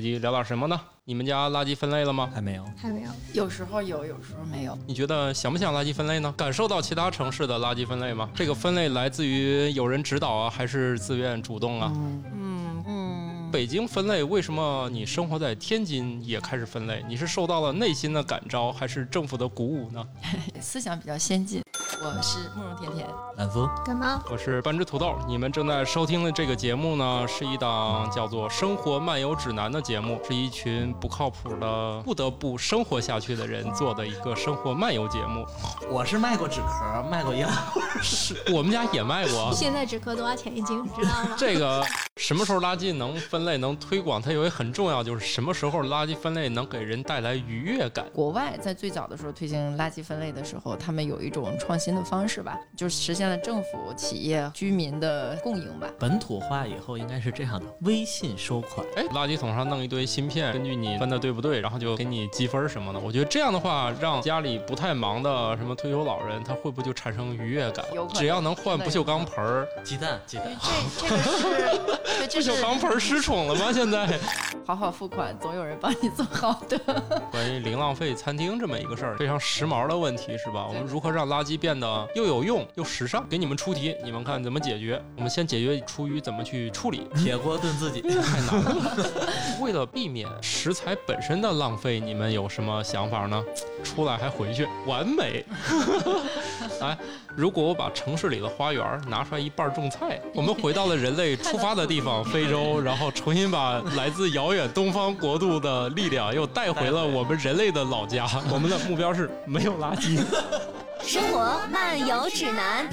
这集聊点什么呢？你们家垃圾分类了吗？还没有，还没有，有时候有，有时候没有。你觉得想不想垃圾分类呢？感受到其他城市的垃圾分类吗？这个分类来自于有人指导啊，还是自愿主动啊？嗯嗯，北京分类为什么你生活在天津也开始分类？你是受到了内心的感召，还是政府的鼓舞呢？思想比较先进。我是慕容甜甜，兰夫，感冒我是半只土豆，你们正在收听的这个节目呢，是一档叫做《生活漫游指南》的节目，是一群不靠谱的、不得不生活下去的人做的一个生活漫游节目。我是卖过纸壳，卖过药，是我们家也卖过，啊现在纸壳多少钱一斤，你知 道吗？这个什么时候垃圾能分类、能推广，它有一个很重要，就是什么时候垃圾分类能给人带来愉悦感。国外在最早的时候推行垃圾分类的时候，他们有一种创新的方式吧，就是实现了政府、企业、居民的共赢吧。本土化以后应该是这样的：微信收款，哎，垃圾桶上弄一堆芯片，根据你分的对不对，然后就给你积分什么的。我觉得这样的话，让家里不太忙的什么退休老人，他会不会就产生愉悦感有可？能只要能换不锈钢盆儿，鸡蛋，鸡蛋，这这个是，对，不这锈是钢盆儿失宠了吗？现在好好付款，总有人帮你做好的。 关于零浪费餐厅这么一个事儿，非常时髦的问题是吧？我们如何让垃圾变得又有用又时尚？给你们出题，你们看怎么解决？我们先解决出于怎么去处理。铁锅炖自己。太难了。 为了避免食材本身的浪费，你们有什么想法呢？出来还回去，完美。 哎，如果我把城市里的花园拿出来一半种菜，我们回到了人类出发的地方非洲，然后重新把来自遥远东方国度的力量又带回了我们人类的老家。我们的目标是没有垃圾。生活漫游指南。